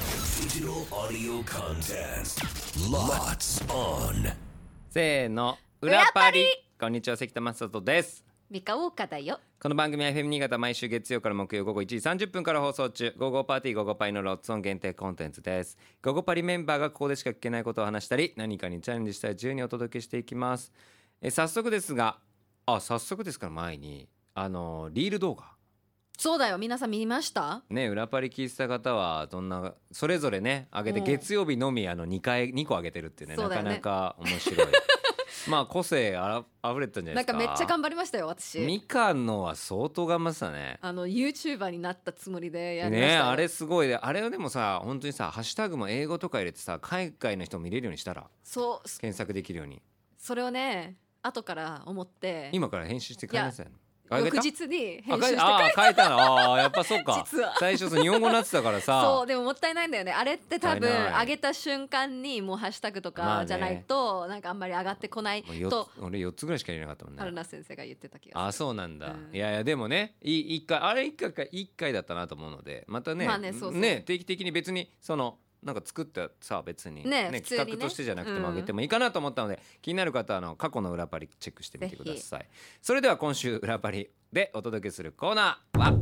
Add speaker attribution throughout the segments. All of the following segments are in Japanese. Speaker 1: Digital audio contest. Lots on.
Speaker 2: せーの裏
Speaker 3: 裏
Speaker 2: パ
Speaker 3: パ
Speaker 2: リ
Speaker 3: リ
Speaker 2: こんにちは関田正人です
Speaker 3: 美香大だよ
Speaker 2: この番組は FM 新潟毎週月曜から木曜午後1時30分から放送中午後パーティー午後パイのロッツオン限定コンテンツです午後パリメンバーがここでしか聞けないことを話したり何かにチャレンジしたり自由にお届けしていきますえ早速ですがあ早速ですから前にあのリール動画
Speaker 3: そうだよ皆さん見ました
Speaker 2: ね裏パリ聞いてた方はどんなそれぞれね上げて
Speaker 3: うん
Speaker 2: 月曜日のみあの2回2個上げてるっていうね
Speaker 3: そう
Speaker 2: なか
Speaker 3: だよね
Speaker 2: なか面白い まあ個性あら溢れてたんじゃな
Speaker 3: ない
Speaker 2: です
Speaker 3: んか
Speaker 2: か
Speaker 3: めっちゃ頑張りましたよ私
Speaker 2: みかんのは相当頑張ってたね
Speaker 3: あの YouTuber になったつもりでやりました
Speaker 2: ね
Speaker 3: よ
Speaker 2: あれすごいねあれをでもさ本当にさハッシュタグも英語とか入れてさ海外の人も見れるようにしたら
Speaker 3: そうそ
Speaker 2: 検索できるように
Speaker 3: それをね後から思って
Speaker 2: 今から編集してくれなさいあ
Speaker 3: 翌
Speaker 2: た
Speaker 3: 日に
Speaker 2: あ
Speaker 3: 編集して
Speaker 2: あ変えたのあーやっぱそうか
Speaker 3: 実は
Speaker 2: 最初そう日本語になってたから
Speaker 3: そ
Speaker 2: さ
Speaker 3: うでももったいないんだよねあれって多
Speaker 2: も
Speaker 3: 分
Speaker 2: ったいない
Speaker 3: 上げた瞬間にもうハッシュタグと
Speaker 2: まあね
Speaker 3: かじゃないとなんかあんまり上がってこない
Speaker 2: もう四つ
Speaker 3: と
Speaker 2: 俺4つぐらいしか入れなかったもん
Speaker 3: 春
Speaker 2: ね
Speaker 3: 菜先生が言ってた気が
Speaker 2: あそうなんだ、
Speaker 3: うん
Speaker 2: いやいやでもねい一回あれ一回か一回だったなと思うのでまたね,、
Speaker 3: まあねそうそう
Speaker 2: 定期的に別にそのなんか作ったさ別に、
Speaker 3: ね普通にね
Speaker 2: 企画としてじゃなくても
Speaker 3: うん
Speaker 2: 上げてもいいかなと思ったので、気になる方はあの過去の裏パリチェックしてみてくださいそれでは今週裏パリでお届けするコーナーは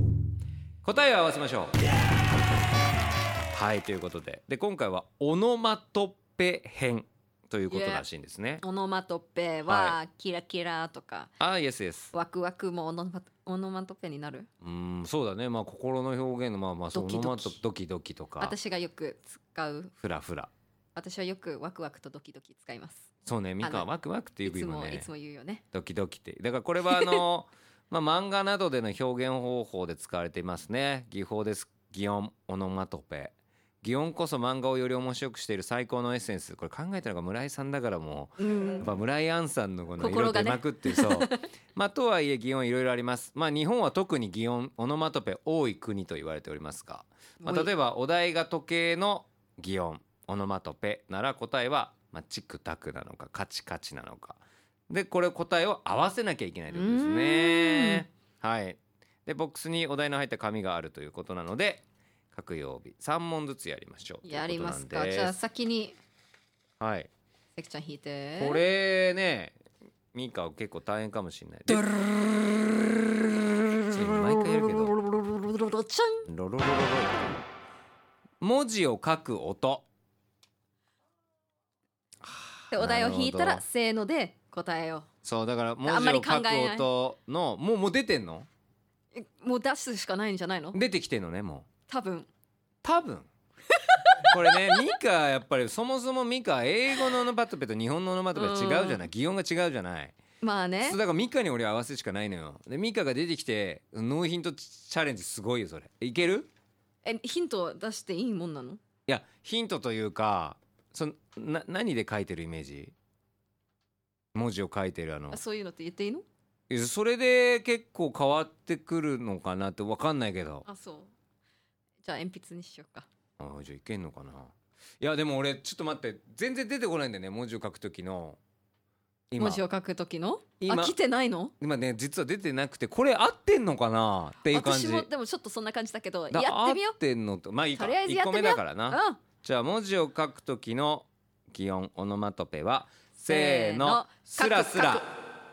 Speaker 2: 答えを合わせましょうはいということでで今回はオノマトペ編ということらしいんですね
Speaker 3: するオノマトペはキラキラとか
Speaker 2: ああイエスイエス
Speaker 3: ワクワクもオノマトオノマトペになる
Speaker 2: うーんそうだねまあ心の表現のまあまあそ
Speaker 3: ドキド
Speaker 2: の
Speaker 3: キ
Speaker 2: ままとドキドキとか
Speaker 3: 私がよく使う
Speaker 2: フラフラ
Speaker 3: 私はよくワクワクとドキドキ使います
Speaker 2: そうねミカ
Speaker 3: あの
Speaker 2: ワクワクって
Speaker 3: い
Speaker 2: よく
Speaker 3: つ
Speaker 2: 言う
Speaker 3: も、
Speaker 2: もん
Speaker 3: い
Speaker 2: ね
Speaker 3: つも言うよね
Speaker 2: ドキドキってだからこれはあ のまあ漫画などでの表現方法で使われていますね技法です擬音オノマトペ擬音こそ漫画をより面白くしている最高のエッセンスこれ考えたのが村井さんだからもうやっぱ村井杏さんのこの色
Speaker 3: 心
Speaker 2: で
Speaker 3: がね
Speaker 2: まくって そう、まあとはいえ擬音いろいろありますまあ日本は特に擬音オノマトペ多い国と言われておりますが、まあ、例え
Speaker 3: え
Speaker 2: ばお題が時計の擬音オノマトペなら答えは、まあ、チクタクなのかカチカチなのかでこれ答えを合わせなきゃいけないということですねはいでボックスにお題の入った紙があるということなので各曜日3問ずつやりましょう
Speaker 3: やります
Speaker 2: と
Speaker 3: か
Speaker 2: いうこ
Speaker 3: じ
Speaker 2: と
Speaker 3: ゃ
Speaker 2: な
Speaker 3: あ
Speaker 2: んです
Speaker 3: 先に
Speaker 2: はい
Speaker 3: 関ちゃん引いて
Speaker 2: これねミカは結構大変かもしれないで毎回やるけど
Speaker 3: ちゃん
Speaker 2: ロロロロロ文字を書く音
Speaker 3: でお題を引いた
Speaker 2: なる
Speaker 3: ら
Speaker 2: ほど
Speaker 3: せーので答えを
Speaker 2: そうだから
Speaker 3: あ
Speaker 2: 文
Speaker 3: ん
Speaker 2: 字
Speaker 3: ま
Speaker 2: を
Speaker 3: り
Speaker 2: 書
Speaker 3: 考え
Speaker 2: く
Speaker 3: ない
Speaker 2: 音のもうもう出てんの
Speaker 3: えもう出すしかないんじゃないの
Speaker 2: 出てきてんのねもう
Speaker 3: 多分
Speaker 2: 多分これ ねミカやっぱりそもそもミカ英語のオノマトペと日本のオノマトペは違うじゃない擬音が違うじゃない
Speaker 3: まあ
Speaker 2: そ
Speaker 3: ね
Speaker 2: うだからミカに俺合わせるしかないのよでミカが出てきて納品とチャレンジすごいよそれいける
Speaker 3: えヒント出していいもんなの
Speaker 2: いやヒントというかそのな何で書いてるイメージ文字を書いてるあの
Speaker 3: あそういうのって言っていいの
Speaker 2: いやそれで結構変わってくるのかなって分かんないけど
Speaker 3: あそうじゃあ鉛筆にしようか
Speaker 2: あーじゃあいけんのかないやでも俺ちょっと待って全然出てこないんだよね文字を書く時の今
Speaker 3: 文字を書く時のあ
Speaker 2: 今
Speaker 3: 来てないの
Speaker 2: 今ね実は出てなくてこれ合ってんのかなっていう感じ
Speaker 3: 私もでもちょっとそんな感じだけどや
Speaker 2: だ
Speaker 3: ってみよ
Speaker 2: 合ってんのとまあいいか
Speaker 3: とりあえずや
Speaker 2: 1
Speaker 3: って
Speaker 2: 個
Speaker 3: みよ
Speaker 2: 目だ
Speaker 3: う
Speaker 2: から
Speaker 3: うう
Speaker 2: なんじゃあ文字を書く時の擬音オノマトペはせー
Speaker 3: せー
Speaker 2: の
Speaker 3: の
Speaker 2: スラス
Speaker 3: 書
Speaker 2: ラ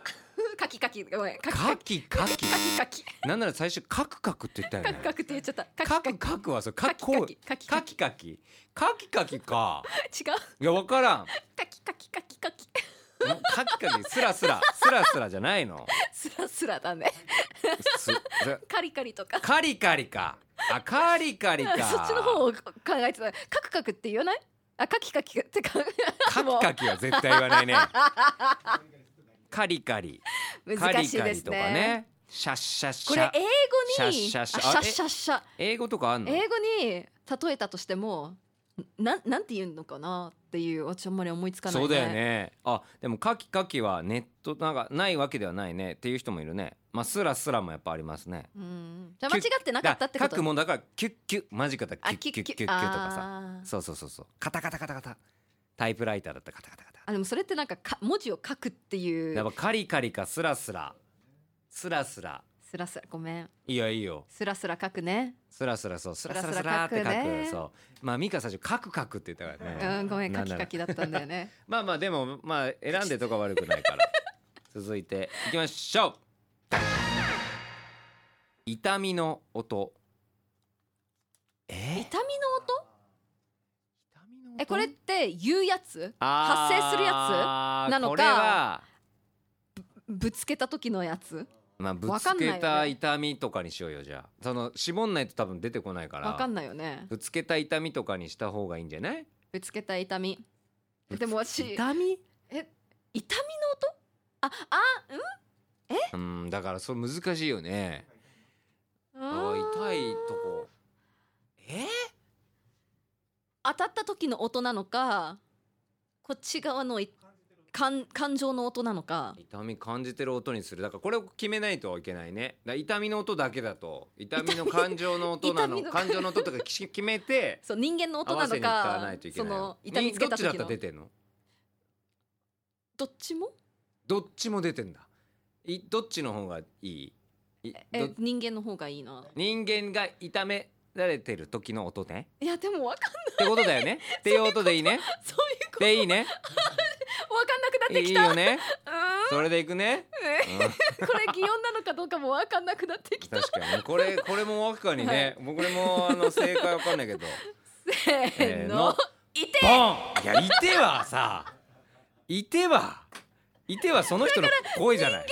Speaker 3: くカキカキごめんカキ
Speaker 2: カ
Speaker 3: カキ
Speaker 2: キカキ
Speaker 3: カキ
Speaker 2: なんなら最初カクカクって言ったよ
Speaker 3: カ
Speaker 2: ね
Speaker 3: キカキって言っちゃった
Speaker 2: カクカクはそうカ
Speaker 3: カ
Speaker 2: キ
Speaker 3: キ
Speaker 2: こう
Speaker 3: カキカキ
Speaker 2: カ
Speaker 3: カ
Speaker 2: キカキカキカキか
Speaker 3: キ違う
Speaker 2: いやわからん
Speaker 3: カキカキカキカキ
Speaker 2: カキカキスラスラ スラスラじゃないの
Speaker 3: スラスラだね
Speaker 2: すす
Speaker 3: カリカリとか
Speaker 2: カリカリかあカリカリ
Speaker 3: そっ
Speaker 2: か
Speaker 3: ちの方を考えてたカクカクって言わないあカキカキって考
Speaker 2: カキカキは絶対言わないねカリカリ
Speaker 3: え
Speaker 2: カ
Speaker 3: 難
Speaker 2: リ
Speaker 3: しい
Speaker 2: カ
Speaker 3: で
Speaker 2: リ
Speaker 3: す
Speaker 2: とか
Speaker 3: ね
Speaker 2: ねシャッシャッシャ
Speaker 3: これ英語に
Speaker 2: シャッシャッシャ
Speaker 3: あシ
Speaker 2: あ
Speaker 3: ャッシャッシャ
Speaker 2: 英語とかあんの
Speaker 3: 英語に例えたとしてもなんなんて言うのかなっていう私あんまり思いつかない
Speaker 2: そうだよねあでもカキカキはネットなんかないわけではないねっていう人もいるねまあスラスラもやっぱありますね
Speaker 3: うんじゃあ間違ってなかったってこ
Speaker 2: だ
Speaker 3: と
Speaker 2: 書くもんだからキュッキュッ間近だキュ
Speaker 3: あ
Speaker 2: ッキュッキュッキュッキュッとかさ
Speaker 3: あー
Speaker 2: そうそうそうそうカタカタカタカタタイプライターだったらカタカタカタ
Speaker 3: あでもそれってなんかか文字を書くっていう
Speaker 2: やっぱカリカリかスラスラスラスラ
Speaker 3: スラスラごめん
Speaker 2: いいよいいよ
Speaker 3: スラスラ書くね
Speaker 2: スラスラそうスラスラス
Speaker 3: スラス
Speaker 2: ラ
Speaker 3: ラ
Speaker 2: っ
Speaker 3: 書
Speaker 2: て
Speaker 3: く
Speaker 2: 書く
Speaker 3: ね
Speaker 2: そうまあミカ最初書く書くって言ったか
Speaker 3: う
Speaker 2: らね
Speaker 3: んごめん
Speaker 2: な
Speaker 3: 書
Speaker 2: んだろ
Speaker 3: き
Speaker 2: う
Speaker 3: 書きだったんだよ ね
Speaker 2: まあまあでもまあ選んでとか悪くないから続いていきましょう痛みの音え
Speaker 3: 痛みの音
Speaker 2: 痛みの
Speaker 3: えこれって言うやつ
Speaker 2: あー
Speaker 3: 発生するやなのか
Speaker 2: これは
Speaker 3: つぶつけた時のやつ
Speaker 2: まあぶ
Speaker 3: わか
Speaker 2: つ
Speaker 3: んない
Speaker 2: け
Speaker 3: よね
Speaker 2: た痛みとかにしようよじゃあその絞んないと多分出てこないから
Speaker 3: わかんないよね
Speaker 2: ぶつけた痛みとかにした方がいいんじゃない
Speaker 3: ぶつけた痛みでも私痛
Speaker 2: 痛み
Speaker 3: みの音ああ
Speaker 2: うんだからそれ難しいよね
Speaker 3: う
Speaker 2: あ
Speaker 3: ーん
Speaker 2: ー痛いとこえ
Speaker 3: 当たった時の音なのかこっち側のい感感情の音なのか
Speaker 2: 痛み感じてる音にするだからこれを決めないといけないねだから痛みの音だけだと痛みの感情の音なの
Speaker 3: 痛みの
Speaker 2: 感情の音とかき決めて
Speaker 3: そう人間の音
Speaker 2: 合
Speaker 3: な
Speaker 2: わせ
Speaker 3: の
Speaker 2: に行か
Speaker 3: か
Speaker 2: ないといけ
Speaker 3: そ
Speaker 2: ないよ
Speaker 3: の痛みつけた
Speaker 2: どっちだった
Speaker 3: 時
Speaker 2: ら
Speaker 3: の
Speaker 2: 出てんの
Speaker 3: どっちも
Speaker 2: どっちも出てんだいどっちの方がいいい
Speaker 3: え
Speaker 2: ど
Speaker 3: 人間の方がいいな
Speaker 2: 人間が痛められてる時の音ね
Speaker 3: いやでもわかん
Speaker 2: ってことだよねっていう音でいいね
Speaker 3: そういうこと
Speaker 2: でいいね
Speaker 3: わかんなくなっ
Speaker 2: い
Speaker 3: て
Speaker 2: い
Speaker 3: きた
Speaker 2: よね
Speaker 3: うーん
Speaker 2: それでいくね、
Speaker 3: え
Speaker 2: うん
Speaker 3: これ擬音なのかどうかもわかんなくなってきた
Speaker 2: 確かにこれこれもわかにね、僕これもあの正解わかんないけど
Speaker 3: せーのいて
Speaker 2: ボンいやいてはさいてはいてはその人の声じゃない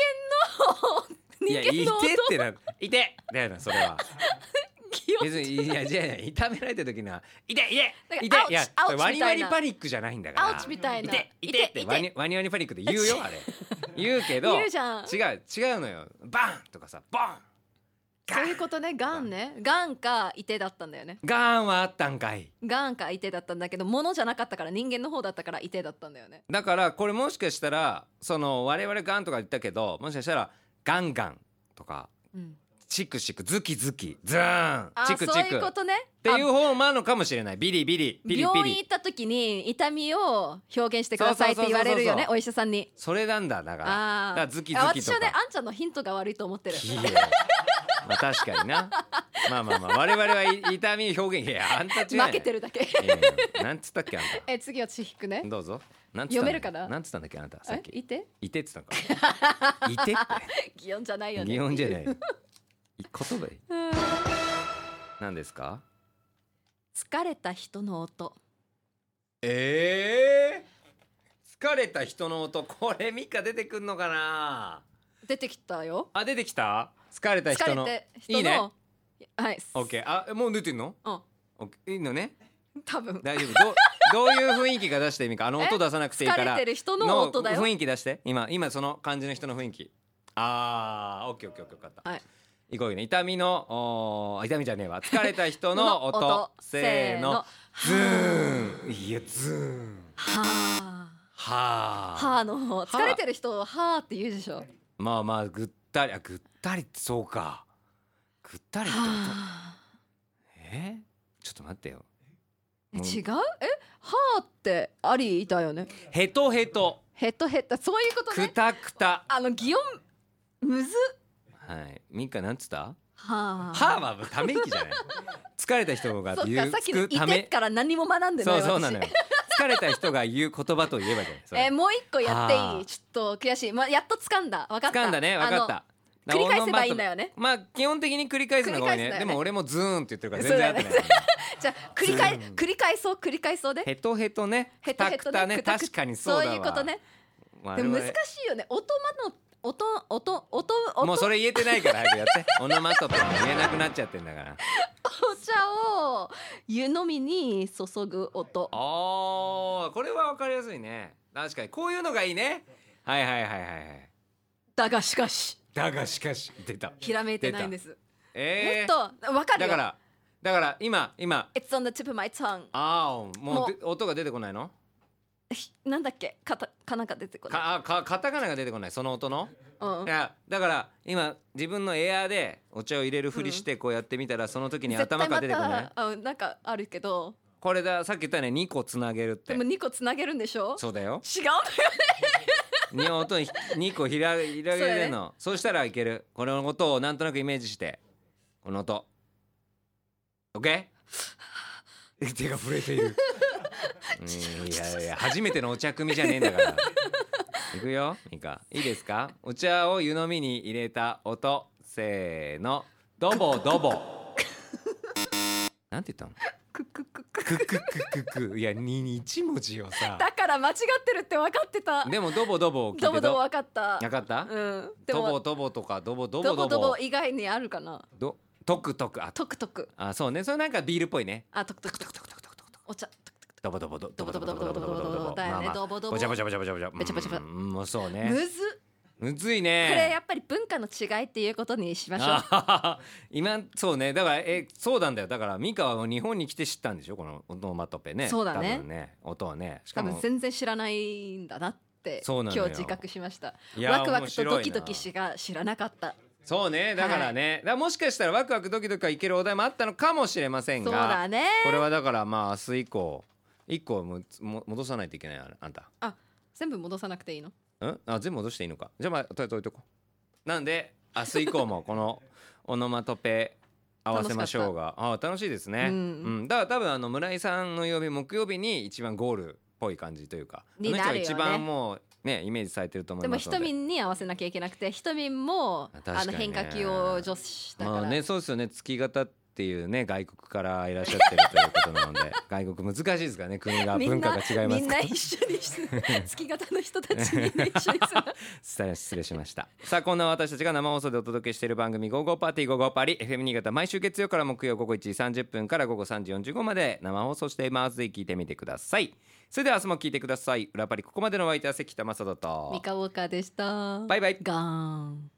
Speaker 2: いやいて
Speaker 3: 人間の音
Speaker 2: ってないてだよなそれは
Speaker 3: 擬音
Speaker 2: 別にいやじゃあ痛められた時には痛い
Speaker 3: なん
Speaker 2: 痛
Speaker 3: か
Speaker 2: い痛いいや
Speaker 3: アウチ
Speaker 2: ワニワニ
Speaker 3: アウチみたいな
Speaker 2: パニックじゃないんだから
Speaker 3: アウチみたいな
Speaker 2: 痛い痛いってワニワニワニパニックで言うよ あれ言うけど
Speaker 3: 言うじゃん
Speaker 2: 違う違うのよバンとかさボンガ
Speaker 3: そう
Speaker 2: ン
Speaker 3: いうことねガンねガンかいてだったんだよね
Speaker 2: ガンはあったんかい
Speaker 3: ガンかいてだったんだけど物じゃなかったから人間の方だったからいてだったんだよね
Speaker 2: だからこれもしかしたらその我々ガンとか言ったけどもしかしたらガンガンとか
Speaker 3: うん
Speaker 2: チクチクズキズキズーン
Speaker 3: あ
Speaker 2: チク
Speaker 3: そ
Speaker 2: チ
Speaker 3: うい
Speaker 2: ク
Speaker 3: う
Speaker 2: っ
Speaker 3: ことね
Speaker 2: ていう
Speaker 3: あ
Speaker 2: 方もあるのかもしれないビリビリピリピ
Speaker 3: 病院行
Speaker 2: リ
Speaker 3: った時に痛みを表現してくださいって言われる
Speaker 2: そうそ
Speaker 3: よね
Speaker 2: うそうそう
Speaker 3: お医者さんに
Speaker 2: それなんだだからだ
Speaker 3: あー
Speaker 2: からズキズ
Speaker 3: あ
Speaker 2: キ
Speaker 3: 私
Speaker 2: と
Speaker 3: はね
Speaker 2: か
Speaker 3: あんちゃんのヒントが悪いと思っ てる
Speaker 2: いいよまあ確かになまあまあまあ我々はい痛み表現いやあんた違うやん
Speaker 3: 負けてるだけ
Speaker 2: いやいやなんつったっけあん
Speaker 3: え次私引くね
Speaker 2: たどうぞなんつったんだっけ
Speaker 3: 読めるかな
Speaker 2: なんつったんだっけあんたさっ
Speaker 3: えい
Speaker 2: き
Speaker 3: て
Speaker 2: いてっつったんかいてって
Speaker 3: 擬音じゃないよね
Speaker 2: 擬音じゃない。言葉で
Speaker 3: うん
Speaker 2: 何ですか？
Speaker 3: 疲れた人の音
Speaker 2: ええ疲れた人の音これミカ出てくんのかな？
Speaker 3: 出てきたよ
Speaker 2: あ出てきた？疲れた人
Speaker 3: 疲
Speaker 2: の。
Speaker 3: れて人の
Speaker 2: いいね。
Speaker 3: はい
Speaker 2: オッケーあもう出てんの？
Speaker 3: うん
Speaker 2: オッケーいいのね。
Speaker 3: 多分
Speaker 2: 大丈夫。 どうどういう雰囲気が出してミカあの音出さなくていいか
Speaker 3: 疲れ
Speaker 2: ら
Speaker 3: て。る人の音だよ
Speaker 2: 雰囲気出して今今その感じの人の雰囲気。ああオッケーオッケーオッケーよかった。
Speaker 3: はい。
Speaker 2: 行こうよね痛みのおー痛みじゃねえわ疲れた人の 音せーのズーンいやズーン
Speaker 3: は
Speaker 2: はあ
Speaker 3: あはあの疲れてる人ははあって言うでしょは
Speaker 2: まあまあぐったりあぐったりってそうかぐったりってこと
Speaker 3: あ
Speaker 2: えちょっと待ってよ
Speaker 3: え
Speaker 2: もう
Speaker 3: 違うえはあってありだよね
Speaker 2: ヘトヘト
Speaker 3: ヘッドヘッドそういうこと
Speaker 2: く
Speaker 3: ね
Speaker 2: たくた
Speaker 3: あの擬音むず
Speaker 2: はいミカなんつった
Speaker 3: はあ
Speaker 2: はあはため息じゃない疲れた人が
Speaker 3: そっ
Speaker 2: 言
Speaker 3: か
Speaker 2: う
Speaker 3: さっきの
Speaker 2: つ
Speaker 3: 「
Speaker 2: く
Speaker 3: いて」から何も学んでな
Speaker 2: そ
Speaker 3: いう
Speaker 2: そう
Speaker 3: 私
Speaker 2: なのよ疲れた人が言う言葉といえばじゃないそれ
Speaker 3: えーもう一個やって
Speaker 2: はいあ
Speaker 3: いちょっと悔しいまあやっと掴んだ分かった
Speaker 2: 掴んだね分かった
Speaker 3: あの繰り返せばいいん
Speaker 2: よ
Speaker 3: だよね
Speaker 2: まあ基本的に繰り返すのが多いね
Speaker 3: 繰り返すのよね
Speaker 2: でも俺もズーンって言ってるから全然合ってない、
Speaker 3: そうだじゃあ繰り返繰り返そう繰り返そうで
Speaker 2: ヘトヘトね
Speaker 3: ヘ
Speaker 2: ヘ
Speaker 3: タ
Speaker 2: タ
Speaker 3: ヘ
Speaker 2: ク
Speaker 3: タ
Speaker 2: タ
Speaker 3: ね
Speaker 2: ね
Speaker 3: くたく
Speaker 2: 確かにそうだわ
Speaker 3: そういうことね
Speaker 2: 我
Speaker 3: で
Speaker 2: 々
Speaker 3: も難しいよね音まの音音音音
Speaker 2: もうそれ言えてないから早くやっ てオノマトペが言えなくなっちゃってんだから
Speaker 3: お茶を湯飲みに注ぐ音
Speaker 2: あーこれは分かりやすいね確かにこういうのがいいねはいはいはいはいはい
Speaker 3: だがしかし
Speaker 2: だがしかし出た
Speaker 3: ひらめいてないんですす、
Speaker 2: えー
Speaker 3: もっとわかる
Speaker 2: だ
Speaker 3: よ
Speaker 2: からだから今今
Speaker 3: It's on the tip of my tongue
Speaker 2: ああも
Speaker 3: も
Speaker 2: う
Speaker 3: う
Speaker 2: で音が出てこないの
Speaker 3: ひなんだっけかたかなんか出てこない
Speaker 2: かあかカタカナが出てこないその音の
Speaker 3: う
Speaker 2: い
Speaker 3: ん
Speaker 2: やだから今自分のエアーでお茶を入れるふりしてこうやってみたらその時に頭から出てこない
Speaker 3: 絶対またうんなんかあるけど
Speaker 2: これださっき言ったね2個つなげるって
Speaker 3: でも2個つなげるんでしょ
Speaker 2: そうだよ
Speaker 3: 違うんだ
Speaker 2: に
Speaker 3: よ
Speaker 2: 音に2個ひ ら広げるのそう,、したらいけるこの音をなんとなくイメージしてこの音 OK? 手が震えてい るうんいやいや初めてのお茶組じゃねえんだからいくよミカいいですかお茶を湯飲みに入れた音せーのドボド ボなんて言ったの
Speaker 3: クックックック
Speaker 2: クククククいやにに一文字をさ
Speaker 3: だから間違ってるって分かってた
Speaker 2: でもドボドボを聞いて
Speaker 3: ど
Speaker 2: ど
Speaker 3: ぼどぼ分かった
Speaker 2: なかった
Speaker 3: うんで
Speaker 2: ドボ
Speaker 3: も
Speaker 2: ドボとかドボドボ
Speaker 3: どぼ
Speaker 2: ド
Speaker 3: ど
Speaker 2: ボ
Speaker 3: ぼ以外にあるかな
Speaker 2: どトクトクあ
Speaker 3: トクトク
Speaker 2: あそうねそれなんかビールっぽいね
Speaker 3: あトクトクト
Speaker 2: ト
Speaker 3: ク
Speaker 2: クトクトクトクトク
Speaker 3: お茶
Speaker 2: ドボドボド
Speaker 3: ドボドボドボドボドボドボドボだ
Speaker 2: まあ
Speaker 3: よね
Speaker 2: まあ
Speaker 3: ドボドボ
Speaker 2: ぼちゃぼちゃぼちゃぼちゃぼちゃ
Speaker 3: ぼちゃぼちゃぼちゃ
Speaker 2: うんもうそう
Speaker 3: む
Speaker 2: ね
Speaker 3: ずっ
Speaker 2: むずい
Speaker 3: これや
Speaker 2: ね
Speaker 3: っぱり文化の違いっていうことにしましょう
Speaker 2: あ 今そうねだからえそうなんだよだからミカは日本に来て知ったんでしょこのオノマトペね
Speaker 3: そうだね
Speaker 2: 多分ね音はねし
Speaker 3: 多
Speaker 2: か
Speaker 3: 分
Speaker 2: も
Speaker 3: 全然知らないんだなって
Speaker 2: そうなの
Speaker 3: 今日
Speaker 2: よ
Speaker 3: 自覚しました
Speaker 2: いや
Speaker 3: ワクワク
Speaker 2: 面
Speaker 3: と
Speaker 2: 白いな
Speaker 3: ドキドキしか知らなかった
Speaker 2: そうねだからね、だからもしかしたらワクワクドキドキがいけるお題もあったのかもしれません
Speaker 3: そう
Speaker 2: が、
Speaker 3: だね
Speaker 2: これはだからまあ明日以降一個もも戻さないといけないああんた
Speaker 3: 全部戻さなくていいの
Speaker 2: んあ全部戻していいのかじゃあまあとりあえず置いとこうなんで明日以降もこのオノマトペ合わせましょうがあ楽しいですね、
Speaker 3: う
Speaker 2: うんんだから多分あの村井さんの曜日木曜日に一番ゴールっぽい感じというか
Speaker 3: になるよね
Speaker 2: あの人が一番もうねイメージされてると思
Speaker 3: で
Speaker 2: い
Speaker 3: も
Speaker 2: ます
Speaker 3: ひ
Speaker 2: の
Speaker 3: と
Speaker 2: で
Speaker 3: みんに合わせなきゃいけなくてひとみんも
Speaker 2: 確かにね
Speaker 3: あの変化球を女子だから、
Speaker 2: まあねそうですよね月型っていうね外国からいらっしゃってるということなので 外国難しいですからね国が
Speaker 3: みん
Speaker 2: 文化
Speaker 3: な
Speaker 2: が違いま
Speaker 3: み
Speaker 2: す
Speaker 3: ん
Speaker 2: か
Speaker 3: な
Speaker 2: ら
Speaker 3: 一緒にして月型の人たちみんな 一緒にする
Speaker 2: 失礼失礼しましたさあこんな私たちが生放送でお届けしている番組「ゴーゴーパーティーゴーゴーパリ」FM 新潟毎週月曜から木曜午後1時30分から午後3時45まで生放送していますぜひ聞いてみてくださいそれでは明日も聞いてください裏パリここまでのお相手は関田正人と
Speaker 3: 三河岡でした
Speaker 2: バイバイ
Speaker 3: ガーン